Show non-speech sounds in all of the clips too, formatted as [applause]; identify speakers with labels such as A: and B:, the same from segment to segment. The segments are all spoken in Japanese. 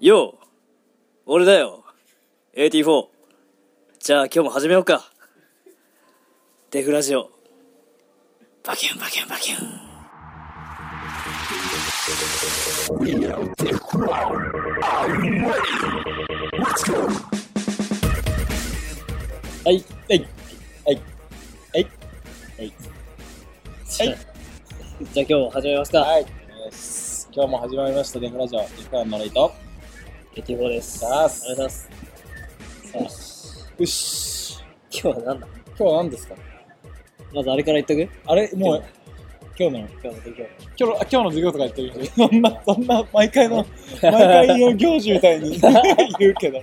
A: よう俺だよ AT4 じゃあ今日も始めようかデフラジオバキュンバキュンバキュン
B: はい、はい、はい、はい、はい、
A: じゃあじゃあ今日も始めますか、
B: はい、です今日も始まりました、デフラジオ、デフランのレイト。
A: AT4 です
B: よっし
A: ありがとうございますさあ
B: よし、
A: 今日は何だ
B: 今日は何ですか
A: まずあれから言っとく
B: あれ、もう、今日の、
A: 今日の出来事
B: 今日の、あ今日の授業とかやってるけ [laughs] ど、そんな、そんな、毎回の、毎回の行事みたいに [laughs] 言うけど、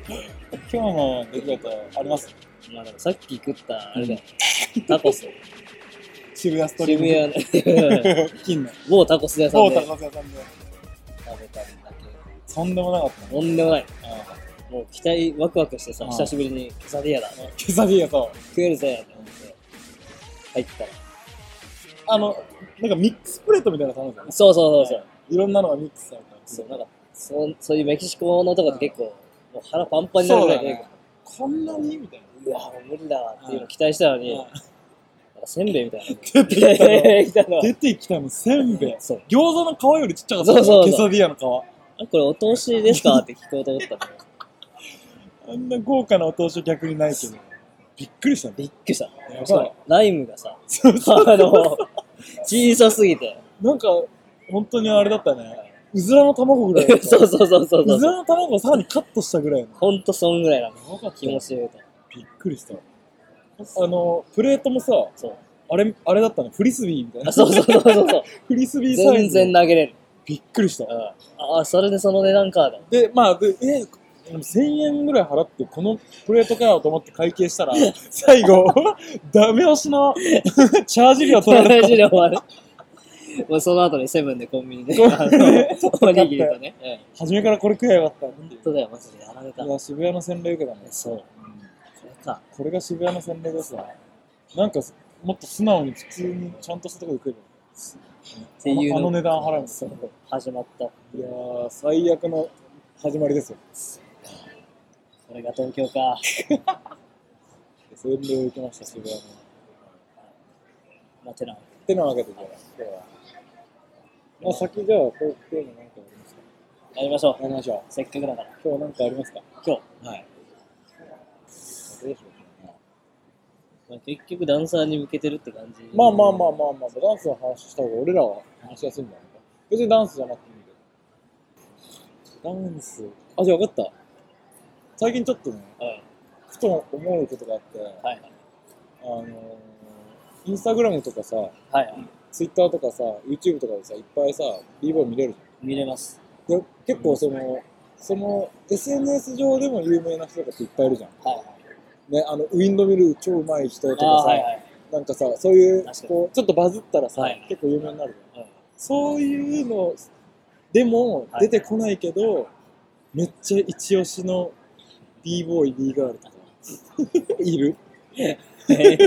B: 今日の出来事あります
A: まあでもさっき食ったあれだよ、タコス
B: 渋谷ストリ
A: 渋谷
B: ー
A: の
B: ム。金の、
A: 某タコス屋さん
B: 某
A: で食べ
B: 高瀬さんで、
A: たんだけ
B: とんでもなかった
A: どとんでもない
B: ね。
A: もう期待ワクワクしてさ
B: うん
A: 久しぶりにケサディアだ
B: うんケサディアと、
A: 食えるぜと思って入ったら
B: あの、なんかミックスプレートみたいなの頼んだよね。
A: そうそうそうそう、
B: いろんなのがミックスされた
A: そうなんかそそういうメキシコのとこって結構、もう腹パンパンになるぐらいで、
B: こんなにみたいな。
A: うわもう無理だわっていうの期待したのに、なんかせんべいみたいなの
B: 出てきたの。
A: 来たの
B: 出てきたの、せんべい。
A: そう
B: 餃子の皮よりちっちゃかった。
A: そうそうそう
B: ケサディアの皮。
A: あこれお通しですかって聞こうと思ったの
B: あんな豪華なお通しは逆にないけど。びっくりしたね。
A: びっくりした
B: やばい
A: そうライムがさ
B: そうそう。
A: あの小さすぎて
B: なんか、本当にあれだったね。うずらの卵ぐらいだっ
A: [laughs] [laughs]
B: た。
A: そうそうそうそうそう
B: ずらの卵をさらにカットしたぐらいの。
A: ほんとそんぐらいなの
B: やばかった
A: 気持ちで言うと
B: びっくりした。あの、プレートもさ、
A: そう
B: あれ、あれだったね。フリスビーみたい
A: あ
B: な。
A: そうそうそうそうそう
B: フリスビーサイ
A: 全
B: ズ。
A: 然投げれる、
B: びっくりした
A: う。ん、あそれでその値段かだ
B: で、まあ、でえ、でも1000円ぐらい払って、このプレートかよと思って会計 [laughs] したら、最後、ダメ押し [laughs] のチャージ
A: [laughs]
B: 料取られ
A: 70で終わるもうその後にセブンでコンビニで
B: コンビニ
A: あのおにぎりとねうん
B: 初めからこれ食えばよかったってい
A: 本当だよマジでやられた
B: う。いや、渋谷の洗礼受けたね。
A: そうこれか
B: これが渋谷の洗礼ですわ。なんか、もっと素直に普通にちゃんとしたとこで食えばよか
A: っていう
B: あのあの値段払うんです
A: そ
B: よ。
A: う始まったこ
B: いやー、最悪の始まりですよ。
A: れが東京か
B: 洗礼を受けました、渋谷の。っ
A: まあてな
B: てなわけで、じゃあ、今日は。まあ、先じゃあ、東京のなんかありますか
A: やりましょ
B: やりましょう。
A: うせっかくだから
B: 今日なんかありますか
A: 今日
B: はい。
A: まあ結局ダンサーに向けてるって感じ
B: まあまあまあまあまあ、ダンスの話した方が俺らは話しやすいんだろうね。別にダンスじゃなくていいけど。ダンス。あ、じゃあ分かった。最近ちょっとね、
A: あはい
B: ふと思うことがあって、
A: はい
B: あのー、インスタグラムとかさ、
A: はいはい
B: ツイッターとかさ、YouTube とかでさ、いっぱいさ、b ボー見れるじ
A: 見れます
B: ゃん。で、結構その、その SNS 上でも有名な人とかっていっぱいいるじゃん。
A: はいはい
B: ね、あの、ウィンドミル超うまい人とかさ、
A: あーはいはい
B: なんかさ、そういう
A: 確かに、
B: こう、ちょっとバズったらさ、
A: はい
B: 結構有名になるじゃん。
A: うん
B: そういうのでも
A: はい
B: 出てこないけど、めっちゃ一押しの b ボーイ b ガールとか [laughs]
A: [laughs]
B: いるえ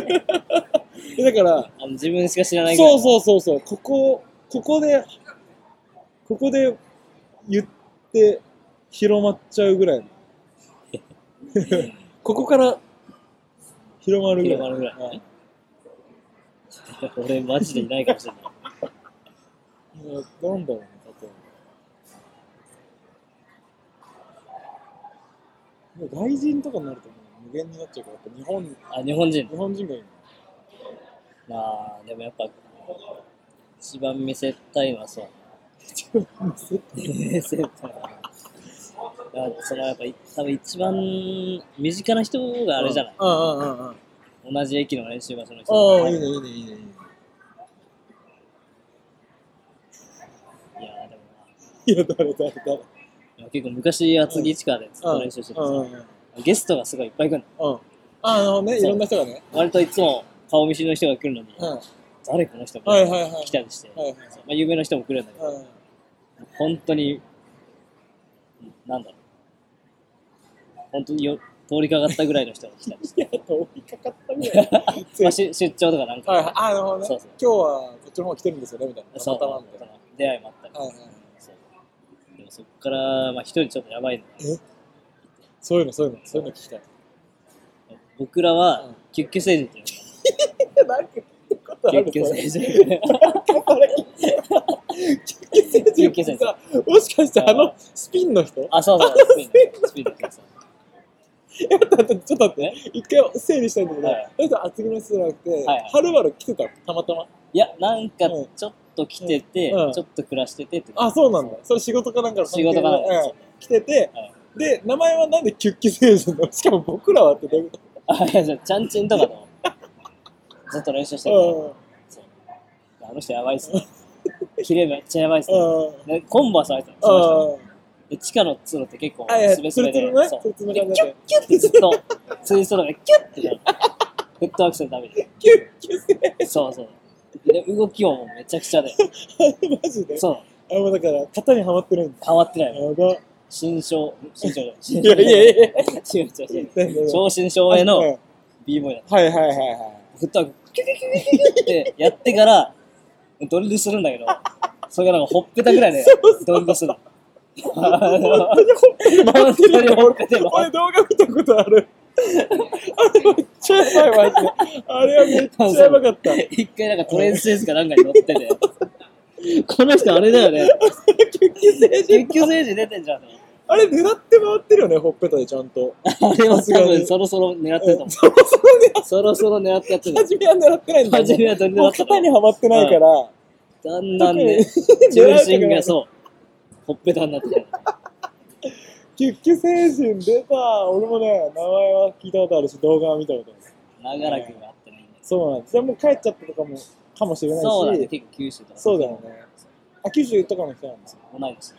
B: だから、
A: あの自分しか知らないぐらい
B: そう
A: う
B: そうそうそう、ここ、ここで、ここで言って広まっちゃうぐ
A: [laughs]
B: らいの。ここから広まるぐらい。
A: 広まるぐらい
B: はい
A: 俺マジでいないかもしれない
B: いやなんだろうね、例えば。もう外人とかになるともう無限になっちゃうから、やっぱ日本日
A: あ日本人
B: 本人がいいの。
A: まあでもやっぱ一番見せたいのはそう [laughs]
B: 一番見せて
A: 見せたいのはだからそのやっぱ多分一番身近な人があれじゃない、
B: うんうんうんうん。あ
A: 同じ駅の練習場所の人
B: あ、いいね、いいね、いいね、いいね。
A: いやでも
B: いや、誰誰誰。
A: いや結構昔厚木地下でずっと練習しててさ、
B: うんうんうん。
A: ゲストがすごいいっぱい来るの
B: ああのね、い
A: そう
B: ろんな人がね。
A: 割といつも顔見知りの人が来るのに、
B: うん。はい
A: 誰この人
B: はい
A: 来
B: はい。
A: たりして、
B: [laughs] はいはい
A: そうまあ、有名な人も来るんだけど、
B: うん。
A: 本当になんだろう本当によ通りかかったぐらいの人が来た
B: [laughs]
A: りして
B: いや、通りかかったみたいな。
A: まあ、し出張とかなんか、
B: はいはい。あ、なるほどね。
A: そうそ
B: 今
A: う
B: 日はこっちの方来てるんですよね、みたいな。
A: そう
B: たまたまみたい
A: 出会いもあったり、
B: な。はいはい。
A: そうでどそっからまあ一人ちょっとやばいの
B: そういうの、そういうの、そういうの聞きたい。
A: 僕ら
B: うん
A: はキュッキュ星人って
B: [laughs]
A: いう
B: なんか聞いたこと
A: のがキュッキュ星人キュ
B: キュッ
A: ッキュ先
B: さ、もしかしてあの
A: あ、
B: スピンの人
A: あそう
B: [laughs]
A: そうスピンのスピンのキュッキュ星
B: え待って待ってちょっと待って、一回整理したいんだけど、
A: はい
B: あの人厚木の人じゃなくて、
A: はいはい
B: はるばる来てたのたまたま。
A: いやなんか
B: うん
A: ちょっと来てて、
B: うん
A: ちょっと暮らしててって
B: あ、そうなんだ。それ仕事かなんかの関係で
A: 仕事かなんかです
B: うん来てて、
A: はい
B: で、名前はなんでキュッキュ星人なのしかも僕らはってどういうこ
A: あいやじゃあちゃんちんとか
B: [laughs]
A: のずっと練習してるから
B: と
A: あの人やばいっすね。 [laughs] キレめっちゃやばいっす
B: う
A: ね。
B: ん。うん。
A: でコンバース履いてたその人
B: うん。
A: で、地下の通路って結構
B: あ、いや、
A: ス
B: ツ
A: ベ
B: ル
A: ス
B: ツ
A: ベで、
B: ルのね
A: そ、う
B: ツルツル
A: で
B: の
A: キュ
B: 感
A: ッ
B: じで。
A: キュッてずっと、ツイストがキュッて
B: [laughs]
A: なる。フットワークするために。
B: キュッキュ星
A: そうそう。で、動きももうめちゃくちゃで、
B: 人。マジで
A: そう、
B: あ、もうだから、型にはまってるんだ。
A: 変わってない。
B: やば。
A: 新章、新章じゃ
B: い
A: な
B: や
A: い。
B: いやいや。
A: 違う違う違う。
B: 何何
A: 正真正銘
B: うん
A: の
B: はい
A: B ボーイだっ
B: はいはいは
A: た。フットワーク、キュキュキュキュキュキュってやってから、ドリルするんだけど、それがなんかほっぺたぐらいでドリルするの。本当に
B: い。
A: 本当に
B: 俺動画見たことある。あれめっちゃやばい、マジで。あれはめっちゃやばかった。
A: 一回なんかトレンスーズかなんかに乗ってて、この人あれだよね。救急政治出てんじゃん。
B: あれ狙って回ってるよね、ほっぺたでちゃんと。
A: あれは多分そろそろ狙ってると思
B: そうそうね
A: う。そろそろ狙ってやってる。
B: 初めは狙ってないんだよ
A: 初
B: ね。
A: めは取り
B: も
A: 狙
B: う
A: って
B: 型にはまってないから、
A: だんだんね、
B: 狙
A: 重心
B: うとか
A: がそう、ほっぺたになってる。
B: キュッキュ星人出た。俺もね、名前は聞いたことあるし、動画は見たことある。
A: 長らくがあってないんです。
B: そうなんです。でも帰っちゃったとかも、かもしれないし。
A: そうだね、結構九州とか。
B: そうだよね。あ、九州とかの人なんですよ。
A: 同い年。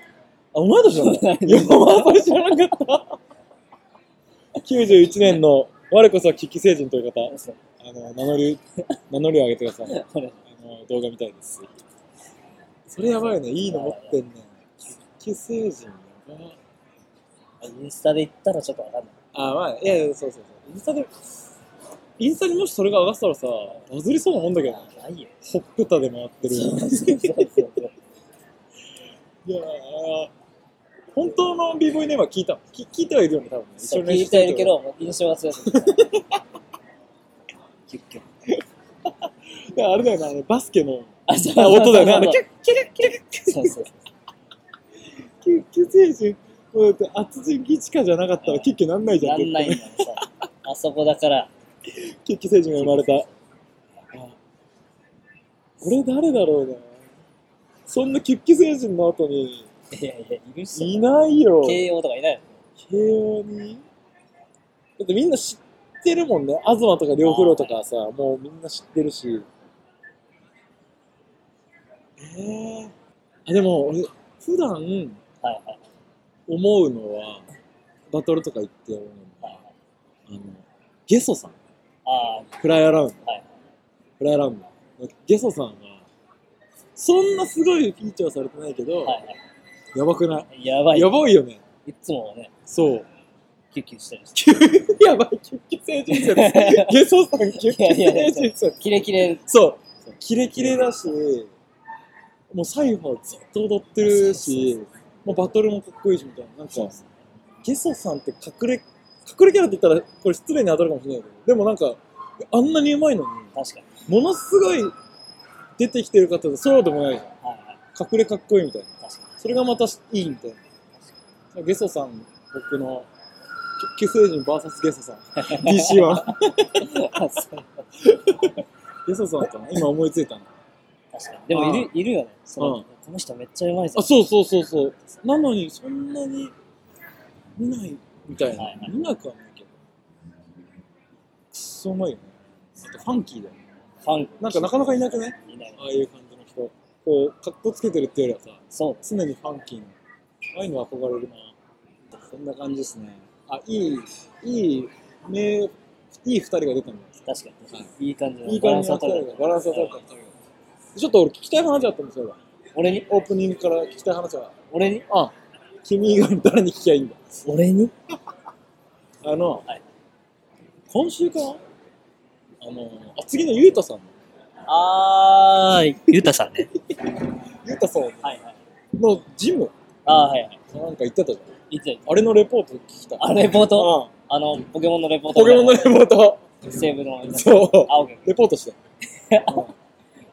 B: あ、同い年なの [laughs] いや、それ知らなかった。91年の、我こそは危機星人という方、
A: そう
B: あの、名乗り、名乗りを上げてください。
A: これ
B: あの、動画見たいです。それやばいね。いいの持ってんね。危機星人やばい。
A: インスタで言ったらちょっとわかんない。
B: あ、まあ、いやいや、そうそうそう。インスタで、インスタにもしそれが上がってたらさ、バズりそうなもんだけどね、
A: ないよ。
B: ほっぺたで回ってる。
A: そうそうそうそう
B: いやー本当の b ボイネームは聞いたの聞聞いてはいるよね、多分ね。
A: そう
B: 一緒
A: 聞
B: に練習
A: い
B: し
A: て
B: てる
A: る
B: け
A: け
B: ど。
A: ど、もう印象が強すぎて。キュッキュッ。
B: だからあれだよな、あのバスケの
A: あ、そう
B: あ音だよね。あの、キュッキュ
A: そうそうそう。
B: ッキュッキュッ選手、こうやって、厚地ギチカじゃなかった
A: う
B: ら
A: ん
B: キュッキュなん [laughs] ないじゃ。
A: なんんないんだよ、さ。あそこだから。
B: キュッキュ選手が生まれた。あ俺誰だろうな。そんなキュッキュ選手の後に、
A: いやいや、いるし。
B: いないよ。
A: 慶応とかいないの
B: 慶応にだってみんな知ってるもんね東とか両風呂とかさもうみんな知ってるしええあでも俺普段
A: はいはい
B: 思うのはバトルとか行って思うの
A: はい
B: は。あのゲソさん
A: あ
B: フライアラウンド、
A: はい
B: フライアラウンドゲソさんはそんなすごいフィーチャーされてないけど、
A: あ、はいは。
B: やばくない
A: やば
B: い
A: い。
B: やばいよね
A: いつもね、
B: そう
A: キュッキュしてるし。
B: [laughs] やばい、キュッキュ成人説。 [laughs] ゲソさん、キュッキュ成人説。
A: キレキレ。
B: そう、キレキレだし、もうサイファーずっと踊ってるし、もうバトルもかっこいいしみたいな。なんか、ゲソさんって隠れ、隠れキャラって言ったら、これ失礼に当たるかもしれないけど、でもなんか、あんなにうまいのに、
A: 確かに。
B: ものすごい出てきてる方でそうでもないじゃん。
A: はいはい。
B: 隠れかっこいいみたいな。
A: 確か
B: それがまたいいみたいな。ゲソさん、僕の、キュッキュ成人 VS ゲソさん。DC1。 [laughs]
A: に。あそう
B: ゲソさんかな今思いついたの。
A: 確かに。でもいる、いるよね。その
B: うん
A: この人めっちゃうまいぞ
B: あ、。そうそうそうそう。なのに、そんなに見ないみたいな。
A: はいはい
B: 見なくはないけど。くっそうまいよね。あとファンキーだよね。
A: ファン
B: なんかなかなかいなくね
A: いない。
B: ああいう感じの人。こう、格好つけてるっていうよりはさ、
A: そうです。
B: 常にファンキーな。ああいうの憧れるな。そんな感じですね。あ、いい、いい、名、いい二人が出たんじゃないですか。
A: 確かに。いい感じの
B: いい
A: バラ
B: 感
A: ンス
B: じの
A: を
B: 二
A: 取れ
B: 人
A: る
B: が、バランスを取れた二人が。ちょっと俺聞きたい話あったんですよ。
A: 俺に
B: オープニングから聞きたい話は。
A: 俺に
B: あ、君以外の誰に聞きゃいいんだ。
A: 俺に
B: あの、
A: はい
B: 今週かなあの、あ次のゆうたさん。
A: あー、ゆうたさんね。
B: ゆうたさん
A: はいはい。
B: のジム
A: あーはいはい。
B: なんか言ってたじゃん。
A: いつだいつ
B: あれのレポート聞きたい。
A: あ、レポート
B: うん
A: あの、ポケモンのレポート
B: ポ
A: み
B: ケ
A: たい
B: モン
A: な。
B: のレポート。
A: セーブの。
B: そう。
A: あ、オッケー。
B: レポートして。
A: だか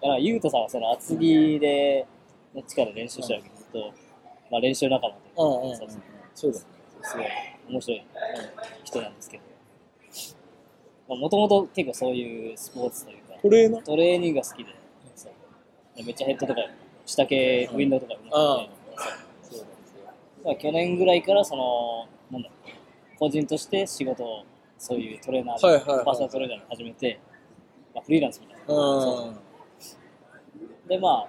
A: ら、ゆうとさんはその厚着で、どっちから練習したわけど、ずっと、まあ練習仲間というか
B: うんうんうん
A: そうそう
B: そうだ。
A: すごい面白い人なんですけど、もともと結構そういうスポーツというか、
B: トレーナー
A: トレーニングが好きで、そうでめっちゃヘッドとか、下系、ウィンドウとかうまくて
B: そうなんですよ。
A: まあ去年ぐらいから、その、なんだろう個人として仕事を、そういうトレーナーで、
B: はいはいはい
A: パーソナルトレーナーで始めて、まあ、フリーランスみたいな。
B: うん。
A: で、まあ、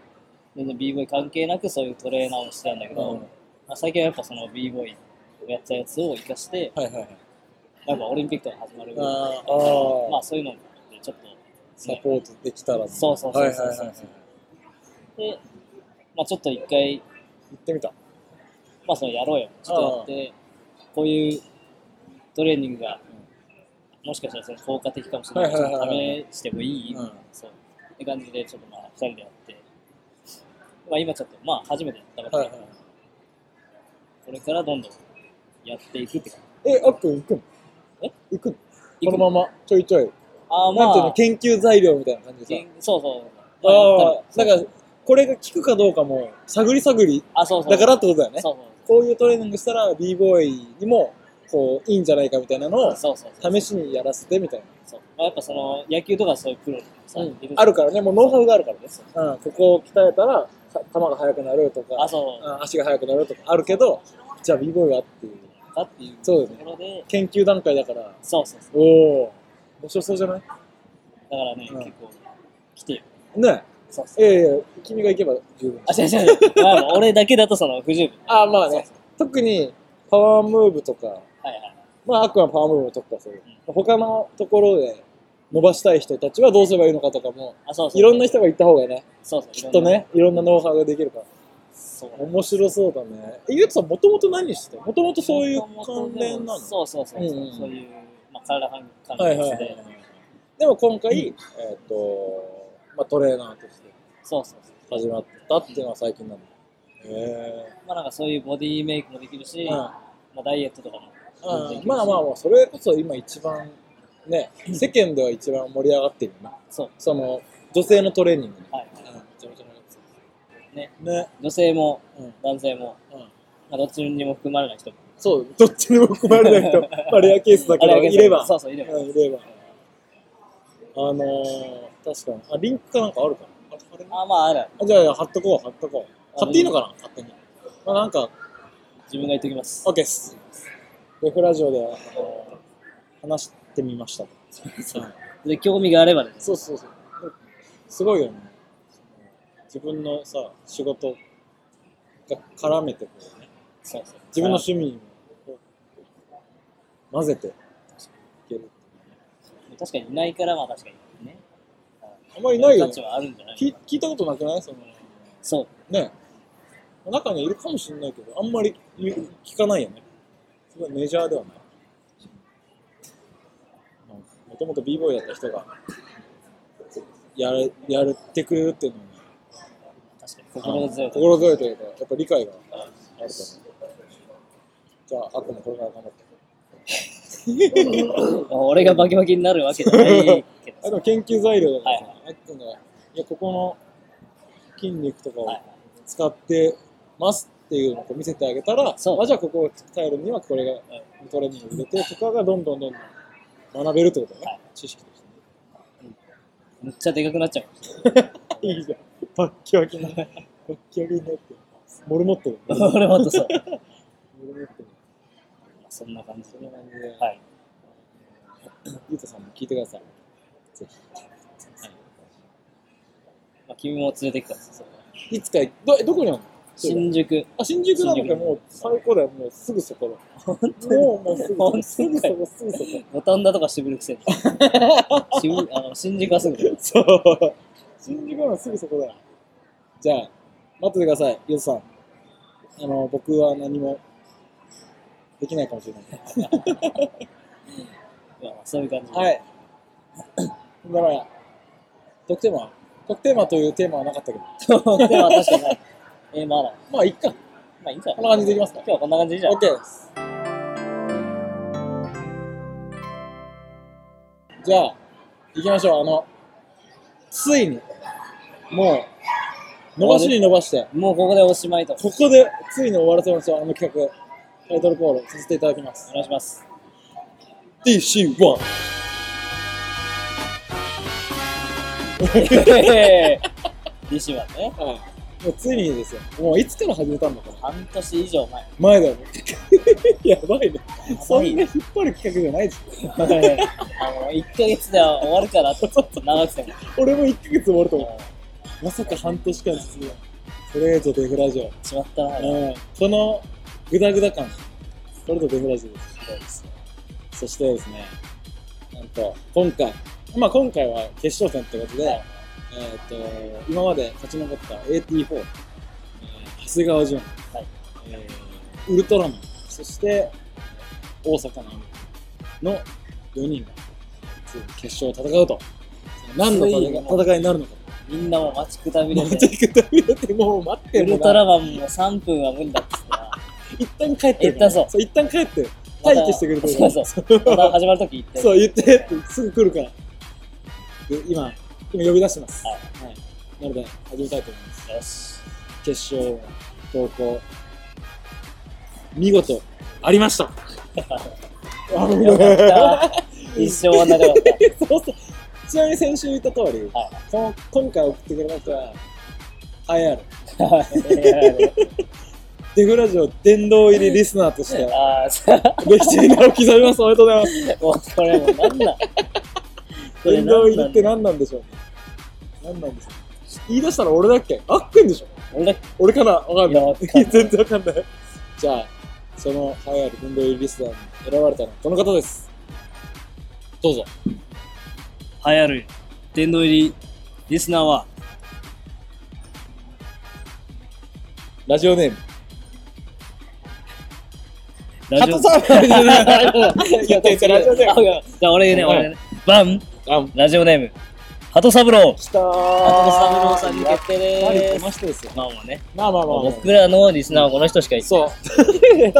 A: 全然 b ボーイ関係なくそういうトレーナーをしてたんだけど、
B: うん
A: まあ、最近はやっぱその b ボーイをやったやつを活かして、
B: はいはいはい。
A: なんかオリンピックが始まるぐ
B: あ
A: らい
B: ー
A: ま
B: あ
A: あそういうのでちょっと、
B: ー、サポートできたら。
A: そうそうそうそう
B: はいはいはいはい。
A: で、まあちょっと一回、
B: 行ってみた。
A: まあそのやろうよ、ちょっとやって、こういうトレーニングが、もしかしたらその効果的かもしれない
B: はいはい
A: ち
B: はいはい
A: ょっと試してもいい、
B: うん
A: そう。って感じで、ちょっとまあ二人でやって、まあ今ちょっと、まあ初めてやったこと
B: は
A: だ
B: い
A: か
B: は
A: ら、これからどんどんやっていくって感
B: い。え、あっくん行くの
A: え
B: 行くの
A: 行く
B: このままちょいちょい。
A: ああ、ま
B: なんていうの
A: あ、
B: 研究材料みたいな感じで
A: けんそうそう。
B: さ。ああ、
A: まやったり
B: なんか、これが効くかどうかも、探り探り、
A: あ、そうそう。
B: だからってことだよね。
A: そうそう
B: こういうトレーニングしたら、b ボーイにも、こう、いいんじゃないかみたいなのを、
A: そうそうそう。
B: 試しにやらせてみたいな。
A: そうまあ、やっぱその野球とかそういうプロさ、いじゃん
B: あるからね、もうノウハウがあるからね。うん、ここを鍛えたら、か球が速くなるとか、
A: あ、そう
B: うん足が速くなるとかあるけど、じゃあ b ボーイはっていう。
A: かっていうと
B: そうですね。
A: ころで、
B: 研究段階だから、
A: そうそうそう。
B: おお面白そうじゃない
A: だからね、
B: うん
A: 結構、来てよ。
B: ね
A: そうそう。
B: え。いやいや、君が行けば十分。
A: あ、違う違う違う。まあ、
B: [laughs]
A: 俺だけだとその不十分。
B: ああ、まあ
A: そう
B: ね。特に、パワームーブとか、
A: はいはい。
B: まあ、アクアパワームーブもとかそういう。他のところで伸ばしたい人たちはどうすればいいのかとかも、
A: あ、そうそう。
B: いろんな人が行った方がね、
A: そうそう。
B: きっとね、いろんなノウハウができるから。
A: そう。
B: 面白そうだね。え、ゆうとさん、もともと何してたもともとそういう関連なの
A: そうそうそう。
B: うんうん
A: そういう、まあ、体関係
B: は
A: の
B: いはい
A: や
B: は
A: つ
B: い
A: で。。
B: でも今回、えーっと、まあ、トレーナーとして
A: そうそうそう。
B: 始まったっていうのは最近なの。へ
A: まあ、なんかそういうボディメイクもできるし、
B: え。
A: まあ、ダイエットとかも。
B: うんまあまあまあ、それこそ今一番、ね、世間では一番盛り上がってるよね。
A: そう。
B: その、女性のトレーニングね。
A: はい。ね。
B: ね。
A: 女性も
B: うん。うん。
A: 男性も、まあ、どっちにも含まれない人も。
B: そう、どっちにも含まれない人、まあ、レアケースだけ
A: あ
B: ど、
A: れ
B: いれば。
A: そうそう、いれば。
B: うんいれば。あのー、確かに。あ、リンクかなんかあるかなああれ
A: あ、まあ、ある。
B: あじゃあいや、貼っとこう、貼っとこう。
A: あ
B: 貼っていいのかな勝手に。まあ、なんか、
A: 自分が言っておきます。
B: OK っす。レフラジオで、あのー、話してみました。はい
A: で、興味があればね。
B: そうそうそう。すごいよね。自分のさ、仕事が絡めてこうね。
A: そうそう。
B: 自分の趣味にもこう混ぜていける。
A: 確かにいないから、まあ確かにね。
B: あんまりないよ
A: 価
B: ね
A: 値。はあるんじゃない
B: 聞聞いたことなくないその
A: そう。
B: ね中にはいるかもしれないけどあんまり言う聞かないよねすごいメジャーではないもともと b ボーイだった人がやれやれてくれるっていうのに
A: 確かに。心強い。
B: 心強いというかやっぱ理解がある
A: あ
B: からねじゃああっこもこれから頑張って
A: [laughs] 俺がバキバキになるわけじゃないけ
B: あで
A: ど。
B: も研究材料だからさ、
A: は
B: あっくんがいやここの筋肉とか
A: は
B: を
A: い
B: 使ってますっていうのをこう見せてあげたら、
A: そう
B: あじゃあここを使えるにはこれがトレーニングを入れてとかがどんどんどんどん学べるってことだね、
A: はい
B: 知識として
A: めっちゃでかくなっちゃう。
B: ね。 [laughs] いいじゃん。バッキバキになって、バッキバキになって、モルモットだね。
A: 俺もっとそう。
B: モルモットだね
A: [laughs] そんな感じ
B: そんな
A: で。
B: 感じで、
A: はい。
B: ゆうとさんも聞いてください。ぜ
A: まあ、君も連れてきたんですよ。
B: ひ。いつか、ど、どこにあるの
A: 新宿。
B: あ、新宿なの
A: 新宿
B: か、もう最高だよ。もうすぐそこだ。もう、もうすぐ
A: 本当
B: そこ、
A: に
B: すぐそこ、すぐそこ。
A: 五反田とか渋るく [laughs] せに。渋あの新宿はすぐだよ
B: [laughs] そう。新宿はすぐそこだよ。じゃあ、待っててください、ゆずさん。あの、僕は何もできないかもしれない。
A: まあまあそういう感じで。
B: はい。 [coughs] だから、特テーマ特テーマというテーマはなかったけ
A: [laughs]
B: ど。
A: でも確かにない。えー、まだ。
B: まあ、いっか。
A: ま
C: まあいいんじゃなんい
B: こな感じでいきますか
C: 今日はこんな感じでいいじゃん。
B: OK ですじゃあ行きましょうあのついにもう伸ばしに伸ばして
C: もうここでおしまいと。
A: [laughs]
B: ここでついに終わらせましょうあの企画タイトルコールさせていただきます
C: お願いします。
B: DC1
C: DC はね、
B: はいもうついにですよもういつから始めたんだこれ
C: 半年以上前。
B: 前だよね [laughs] やばいねそんな
C: ね。
B: 引っ張る企画じゃないです
C: あの、1ヶ月で終わるからって、ちょっと長くても。
B: 俺も1ヶ月終わると思
C: も
B: うまさか半年間続くとりあえずデフラジオ
C: うしまったな。
B: うんこのグダグダ感、これとデフラジオです。
C: そうですね
B: そしてですね、なんと、今回、まあ今回は決勝戦ってことで、
C: はい
B: えっと、今まで勝ち残った AT4、えー長谷川淳、
C: はい
B: えーウルトラマン、そして、大阪の海の4人が、ついに決勝を戦うと。何の戦い
C: ついにもう
B: 戦いになるのか。
C: みんなもう待ちくたびれ
B: め
C: て
B: ちゃ、くちゃ見れて、もう待って
C: ウ
B: る
C: ルトラマンも3分は無理だっつってな。
B: 一旦帰ってるから。
C: 一旦そう
B: 一旦帰ってる。待機してくれてるか
C: そ
B: ら。
C: うそう。また始まるとき言って。
B: [laughs] そう言ってってすぐ来るからで今今呼び出してます、
C: は
B: はい、なので始めたいと思います
C: よし。
B: 決勝投稿見事あり
C: [laughs]
B: ましたあの
C: よかったわ。一生はなかった。
B: [laughs] そうそうちなみに先週言った通り、
C: は
B: この今回送ってくれた人は IR デフラジオ殿堂入りリスナーとして
C: ああ、そう
B: 歴史に名を刻みますおめでとうございます
C: もうこれもうなんなんこれ
B: 殿
C: な
B: 堂
C: ん
B: 入
C: な
B: りっ
C: ん
B: て何なんでしょうね何なんでしょう言い出したら俺だっけあっくんでしょ
C: 俺だけ
B: 俺かなわかんない
C: いやわかんない
B: [laughs] 全然わかんないじゃあその栄えある運動入りリスナーに選ばれたのはこの方ですどうぞ
A: 流行る殿堂入りリスナーは
B: ラジオネーム
A: ラジオ
B: さん言って言ってラジオネ
C: あ
B: ーム
A: じゃあ俺ね
B: はい
A: 俺ねバン
B: あん
A: ラジオネーム鳩三郎
B: きたー
C: 鳩三郎さんに決定
B: やっぱり
C: で
B: この
C: す
B: 人ですよ
A: まあまあね
B: まあまあまあまあ
C: 僕らのリスナーはこの人しかい
B: そう下手す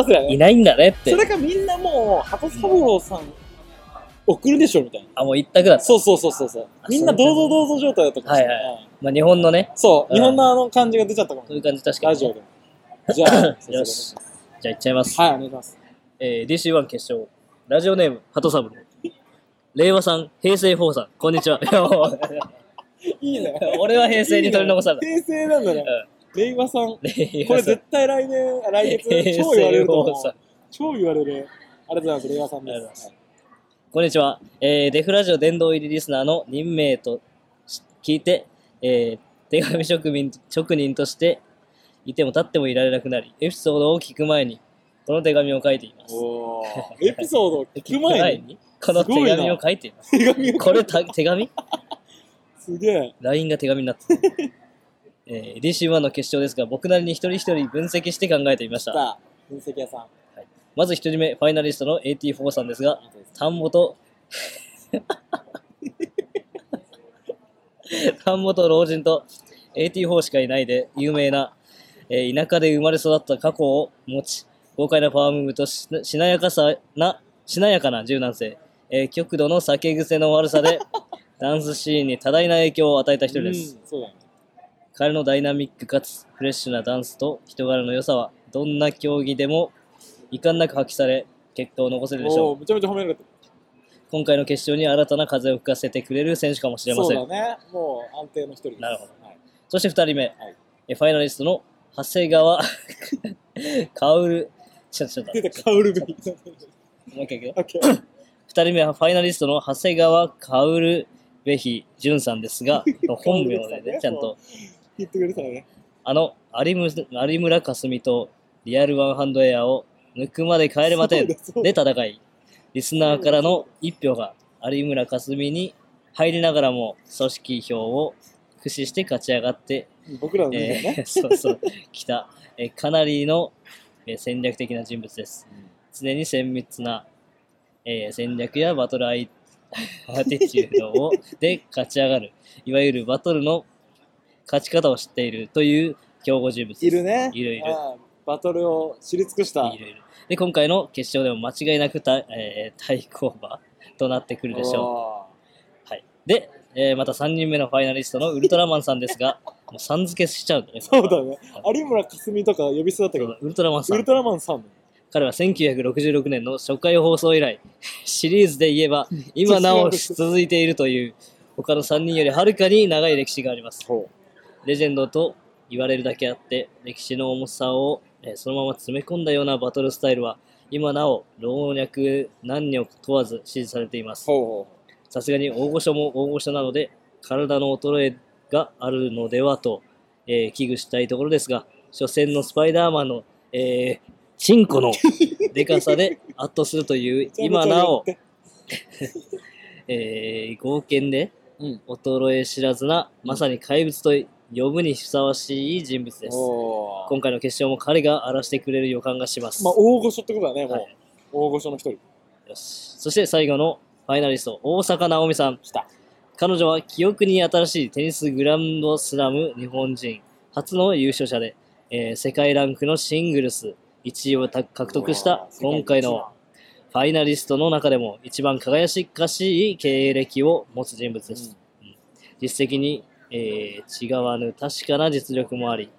B: りゃ
C: い
B: ね
C: ないんだねって
B: それかみんなもう鳩三郎さん送るでしょみたいな
C: あもう一択だった、
B: そうそうそうそうそう
C: あ
B: みんなどうぞどうぞ状態だったかもしれ
C: はい
B: ない
C: まあ、日本のね
B: そ
C: う
B: う
C: ん
B: 日本のあの感じが出ちゃったかも
C: そういう感じ確か
B: ラ
C: に
B: ジオでもじゃあ
A: [laughs]
C: よしじゃあいっちゃいます、
B: はい、お願いします。
A: えー DC1 決勝ラジオネーム鳩三郎令和さん平成法さんこんに
B: [laughs]
A: ちはいやもう
B: いいね。
A: 俺は平成に取り残され
B: [laughs]
A: た
B: 平成なんだね
A: うん。
B: 令和さん。こ
A: 令
B: れ
A: 和さん
B: 絶対来年、あ来月、
A: 平
B: 超言わ
A: 成
B: れると思
A: 法さ。
B: うん超言われる。ありがとうございます。令和さんで
A: ありがとうござ
B: す。
A: こんにちは、えーデフラジオ殿堂入りリスナーの任命とし聞いて、えー手紙職人職人としていても立ってもいられなくなりエピソードを聞く前にこの手紙を書いています
B: おエピソードを聞く
A: [laughs]
B: 前に
A: この手
B: すごい
A: 紙
B: な
A: を書いています
B: 手紙を。
A: これた手紙
B: すげえ。
A: LINE が手紙になってる、えー、DC1 の決勝ですが僕なりに一人一人分析して考えてみまし
B: さ
A: た
B: あ、分析屋さん。あ
A: まず一人目ファイナリストの AT4 さんですが
B: りがとうございます
A: 田んぼと [laughs] 田んぼと老人と AT4 しかいないで有名な、えー田舎で生まれ育った過去を持ち豪快なパワームーブとししなやかさなしなやかな柔軟性、えー極度の酒癖の悪さ
B: [laughs]
A: でダンスシーンに多大な影響を与えた一人です、
B: うんそうだね。
A: 彼のダイナミックかつフレッシュなダンスと人柄の良さはどんな競技でも遺憾なく発揮され結果を残せるでしょう
B: おーめちゃめちゃ褒められてる。
A: 今回の決勝に新たな風を吹かせてくれる選手かもしれま
B: そ
A: せ。
B: うんだ
A: そ,、
B: ね。もう安定の一人です。
A: なるほど
B: はい。
A: して2人目、えファイナリストの長谷川 [laughs] 薫。ちょっとちょっと
B: 出た、カウルビー。
A: もう一回いくよ。
B: オッケー
A: 2人目はファイナリストの長谷川薫べひ潤さんです
B: [laughs]
A: が、本名でね、ちゃんと、
B: 言ってくれたらね。
A: あの有村有村架純とリアルワンハンドエアを抜くまで帰れません
B: そうだそう
A: で
B: だ
A: 戦い、リスナーからの1票が有村架純に入りながらも組織票を駆使して勝ち上がって、
B: 僕らの人間ね。
A: えー [laughs] そうそう、来た、えーかなりの、えー戦略的な人物です。常に精密な、えー戦略やバトルアイ [laughs] アティチュードをで勝ち上がる、いわゆるバトルの勝ち方を知っているという強豪人物です。
B: いるね。
A: いるいる
B: ああバトルを知り尽くした
A: いろいろで、今回の決勝でも間違いなくた、えー対抗馬となってくるでしょう。
B: ょ
A: はい、で、えーまた3人目のファイナリストのウルトラマンさんです
B: [laughs]
A: が、もうさん付けしちゃうんだね。
B: そうだね有村架純とか呼び捨てだったけ
A: そう
B: ど
A: だウルトラマンさ
B: ウル
A: ん。
B: トラマンさんも
A: 彼は1966年の初回放送以来、 [laughs] シリーズで言えば、今な
B: [laughs]
A: お続いているという、他の3人よりはるかに長い歴史があります。
B: そう
A: レジェンドと言われるだけあって、歴史の重さを、えーそのまま詰め込んだようなバトルスタイルは、今なお老若男女問わず支持されています。
B: ほ
A: さすがに大御所も大御所なので、体の衰えがあるのではと、えー危惧したいところですが、初戦のスパイダーマンの、えー、チンコのでかさで圧倒するという、
B: う
A: 今なお
B: め、ち
A: [laughs] えー、合憲で
B: ゃめちゃ言って
A: 衰え知らずな、まさに怪物と呼ぶにふさわしい人物
B: うん
A: です。
B: ほう
A: 今回の決勝も彼が荒らしてくれる予感がします。
B: まあ大御所ってことだねもう、
A: はい
B: 大御所の一人
A: よしそして最後のファイナリスト、大坂なおみさん。
B: 来た
A: 彼女は記憶に新しいテニスグランドスラム日本人初の優勝者で、えー世界ランクのシングルス1位を獲得した
B: うわ
A: 今回のファイナリストの中でも一番輝かしい経歴を持つ人物
B: 世
A: で
B: 界一
A: す
B: だ。
A: 実績に、えー違わぬ確かな実力もあり、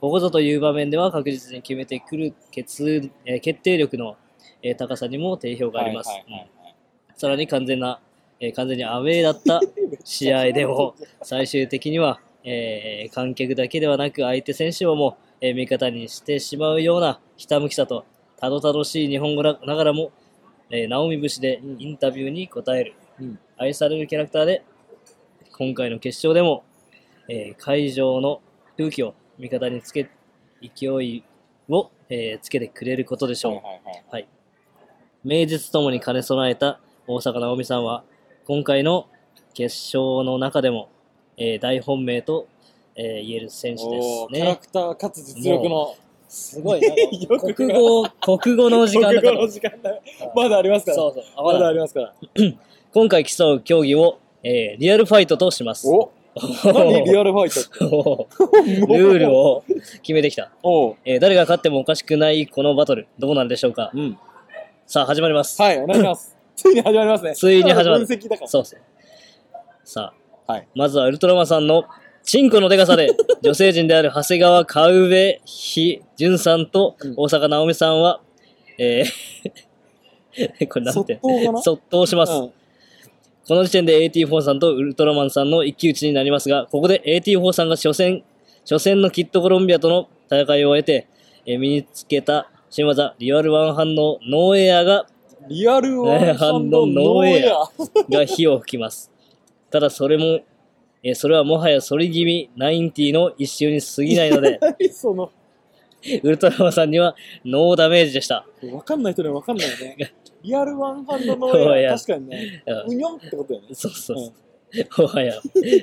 A: ここぞという場面では確実に決めてくる決,、えー決定力の、えー高さにも定評があります。
B: はいはいはい
A: うんさらに完全な、えー完全にアウェーだった試合でも最終的には、えー観客だけではなく相手選手をも、えー味方にしてしまうようなひたむきさとたどたどしい日本語なながらも、えー、直美節でインタビューに答える、
B: うん
A: 愛されるキャラクターで今回の決勝でも、えー会場の空気を味方につけ勢いを、えーつけてくれることでしょう、
B: はいはいはい
A: 名実ともに兼ね備えた大坂なおみさんは今回の決勝の中でも、えー大本命と、えー言える選手です
B: おーキャラ
A: ね。
B: クターかつ実力の
A: すごいな
B: [laughs] よく
A: 国語、国語の時間だか
B: 国語
A: ら。
B: の時間だまだありますから
A: そうそう。あま
B: まだあ
A: だ
B: りますから
A: 今回競う競技を、えーリアルファイトとします。
B: お何リアルファイトって
A: おールールを決めてきた、
B: おう
A: えー誰が勝ってもおかしくないこのバトル、どうなるでしょうか。
B: うん
A: さあ、始まります。
B: はいお願いしますついに始まりますね
A: ついに始まる
B: 分析だから
A: そうそう。さあ、
B: はい
A: まずはウルトラマンさんのチンコのデカ
B: [laughs]
A: さで女性陣である長谷川川上ひ潤さんと
B: うん
A: 大阪直美さんは、えー [laughs] これなん
B: 即
A: て
B: 答かな
A: そっとします、
B: うん
A: この時点で AT4 さんとウルトラマンさんの一騎打ちになりますがここで AT4 さんが初戦初戦のキットコロンビアとの戦いを終えて、えー身につけた新技リアルワンハンドノーエアが
B: リアルワンハンドノーエア。
A: が火を吹きます。ただそれも、えーそれはもはや反り気味90の一周に過ぎないの
B: [laughs]
A: で、
B: 何その、
A: ウルトラマンさんにはノーダメージでした。
B: わかんない人にはわかんないよね。
A: [laughs]
B: リアルワンハンドノーエア。確かにね。
A: うん
B: うにょんってことだよね。
A: そうそう
B: うん
A: そう。もはや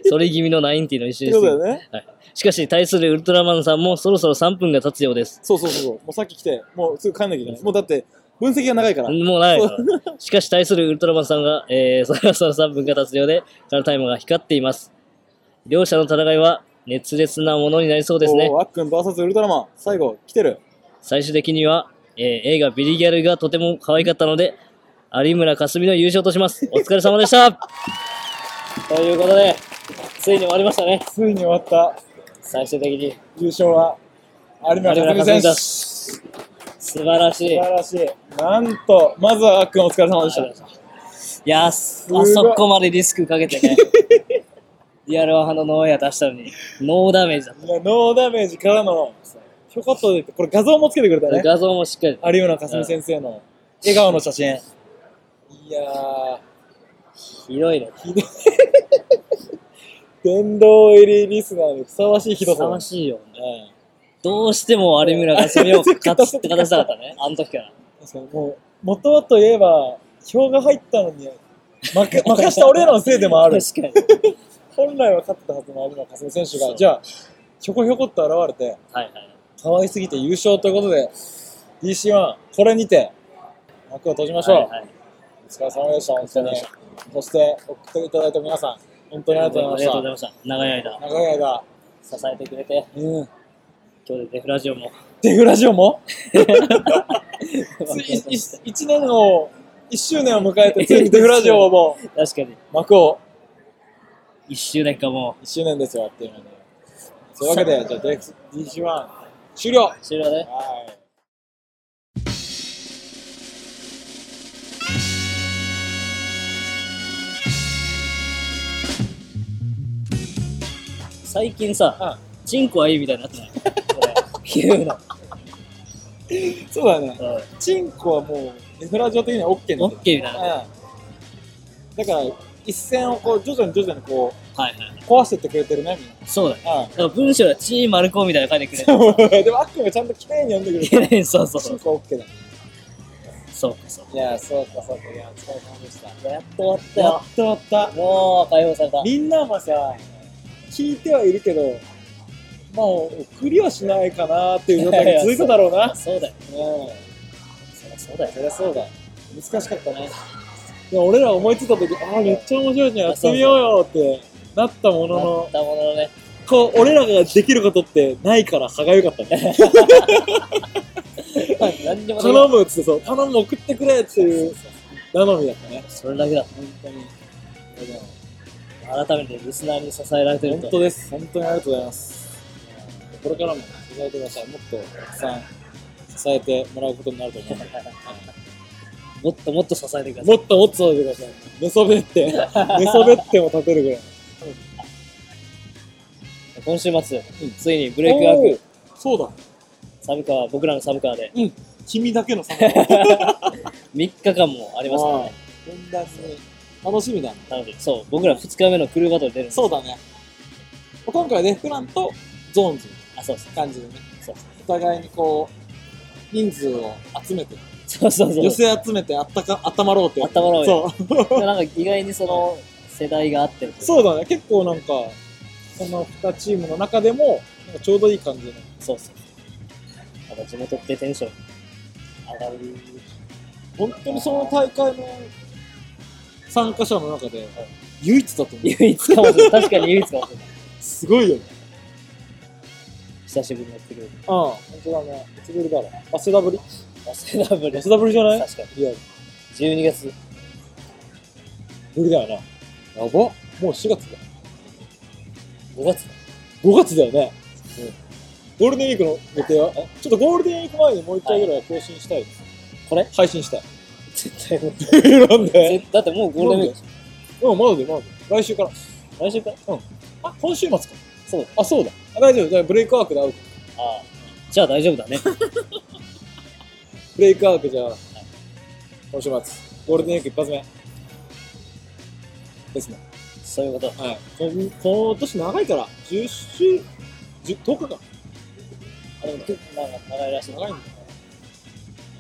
A: 反り気味の90の一周
B: って
A: に過
B: こと
A: ぎ
B: だ
A: る
B: よね。
A: しかし対するウルトラマンさんもそろそろ3分が経つようです。
B: そうそうそうそう。もうさっき来て、もうすぐ帰んなきゃいけない。もうだって、分析が長いから。
A: もうないから。しかし対するウルトラマンさんが、えー、そろそろ3分が経つようで、カラータイムが光っています。両者の戦いは熱烈なものになりそうですね。
B: おーあっくん VS ウルトラマン。最後、来てる。
A: 最終的には、えー映画「ビリギャル」がとても可愛かったので有村架純の優勝としますお疲れ様でした [laughs] ということでついに終わりましたね
B: ついに終わった
A: 最終的に
B: 優勝は、有村
A: 有村
B: 架
A: 架純
B: 純選
A: だ
B: 手。素
A: 素晴らしいい
B: 晴らしい。なんと、まずはあっくんお疲れ様でした。
A: やーす
B: ごい
A: あそこまでリスクかけてねリアルワハのノーエア出したのにノーダメージだっ
B: いやノーダメージからの、ひょこっと出て、これ画像もつけてくれた
A: た、
B: ね。
A: 画像もしっかり
B: 有村架純先生の笑顔の写真。いやー、
A: ひどいね
B: ひどい。殿堂入りリスナーにふさわしいひどさだ。
A: 楽しいよ
B: うん
A: どうしても有村架純を勝つって勝たせたかったねあの時から
B: 確かにもう、元はといえば、票が入ったのに、負け負かした俺らのせいでもある。
A: 確かに
B: 本来は勝ってたはずの有村架純選手
A: そ
B: が、
A: う
B: じゃあ、ひょこひょこっと現れて、
A: はいはい
B: 可愛すぎて優勝ということで、DC1、これにて、幕を閉じましょう。
A: はいはい
B: お疲れ様でした、本当
A: お疲れ様
B: に
A: でし。
B: そして、送っていただいた皆さん、本当にありがとうございまし
A: ました。長い間、
B: た。長い間、
A: 支えてくれて、
B: うん、
A: 今日でデフラジオも
B: デフラジ
A: [laughs]
B: オもいい
A: 確
B: 一年を、一周年を迎えて、つい
A: [laughs]
B: にデフラジオも
A: かに。
B: 幕を、
D: 一周年かも
B: 一周年ですよ、あっていうので。そういうわけで、じゃあ DX DG1 終了
A: 終了ね。
B: はい。
D: 最近さ、チンコはいいみたいになってないこれ言うの、
B: そうだね。
D: うん、
B: チンコはもう、デフラジオ的には OK なん
D: オ
B: だ
D: ッケーみたいなはい
B: よ。うん。だから、一線をこう、徐々に徐々にこ、
D: はいう
B: 壊してってくれてるね、みんな。
D: そうだねだ
B: あ
D: から文章はチーマルコみたいなの書いてくれ
B: あでも、あっくん [laughs] がちゃんと綺麗に読んでくれてる。
D: る [laughs] そうそう
B: チ
D: そ
B: ン
D: う
B: コ OK だ。
D: そうそう
B: いや、そうか、そうか。いや、お疲れ様でした。
A: やっと終わった
B: やっ
A: よ。
B: と終わった。
A: もう解放された。
B: みんなもさ、聞いてはいるけど、まあ、クリアしないかなっていう状態が続くだろうな。
A: そうだよ。
B: うん。
A: そりゃそうだよ。
B: そりゃそうだ。難しかったね。でも俺ら思いついた時、ああ、めっちゃ面白いじゃん、やってみようよってなったもの
A: な
B: の
A: っ、たものの
D: [laughs]
A: ね。
B: こう、俺らができることってないから歯がゆかったね。
A: 何にもできな
B: 頼
A: い。
B: むっつってそう、頼む送ってくれっていう頼みだったね。
A: それだけだ。
B: 本当に。
A: 改めてリスナーに支えられてる
B: 本
A: と。
B: 当です。本当にありがとうございます。これからも支えてください。もっとたくさん支えてもらうことになると思うので。
A: もっともっと支えてください。
B: もっともっと支えてください。寝そべ [laughs] って、寝そべっても立てるぐらい。
A: 今週末、
B: うん
A: ついにブレイクアップ、
B: おーそうだ。
A: 寒川、僕らの寒川で
B: うん。君だけの寒川。
A: 3日間もありますからね。
B: こんなに楽しみだね。
A: なので、そう、僕ら2日目のクルーバトル出るんです。
B: そうだね。今回はね、フランとゾーンズ
A: あ、そうそう。
B: 感じでね、
A: そう
B: お互いにこう、人数を集めて、
A: そうそうそう
B: 寄せ集めてあったか、温まろうってやつ
A: 温まろうよ
B: そう。
A: なんか意外にその世代が合ってる。
B: そう [laughs] だね。結構なんか、その2チームの中でも、なんかちょうどいい感じの。
A: そうそう。やっぱ地元ってテンション上がる。
B: 本当にその大会の参加者の中で、唯一だと思う。
A: 唯一かもしれない。確かに唯一かもしれない。
B: すごいよね。
A: 久しぶりのクルー
B: うん。本当だね。いつぶりだろう。早稲田ぶり
A: バスダブル。
B: 早稲田ぶりじゃない
A: 確かに。
B: リアル。
A: 12月、
B: ぶりだよな。やばっもう4月だ。
A: 5月だ。
B: 5月だよね。ゴールデンウィークの予定はあちょっとゴールデンウィーク前にもう一回ぐらいは更新したいです。
A: これ
B: 配信したい。
A: 絶対もう
B: [laughs] なんで
A: 絶だってもうゴールデンウィー
B: うん、まだで、まだで。来週から。
A: ク。来週か
B: あ、今週末か。
A: そうだ。
B: あ、そうだ。あ大丈夫。じゃあブレイクアークで会うか
A: ああ。じゃあ大丈夫だね。
B: ブレイクアークじゃあ、今週末。ゴールデンウィーク一発目。ですね。
A: そういうこと。
B: はい。こん今年長いから、10週、10, 10日か。
A: あれも結構なんか長いらしい。
B: 長いんだね。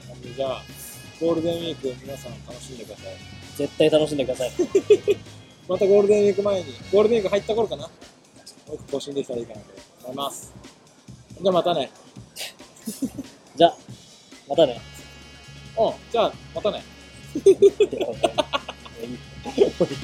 B: なんでじゃあ、ゴールデンウィーク皆さん楽しんでください。
A: 絶対楽しんでください。
B: またゴールデンウィーク前に、ゴールデンウィーク入った頃かな。もう一個更新できたらいいかなと思います。じゃあまたね。
A: じゃあ、またね。
B: うん。じゃあまたね。
A: ってことで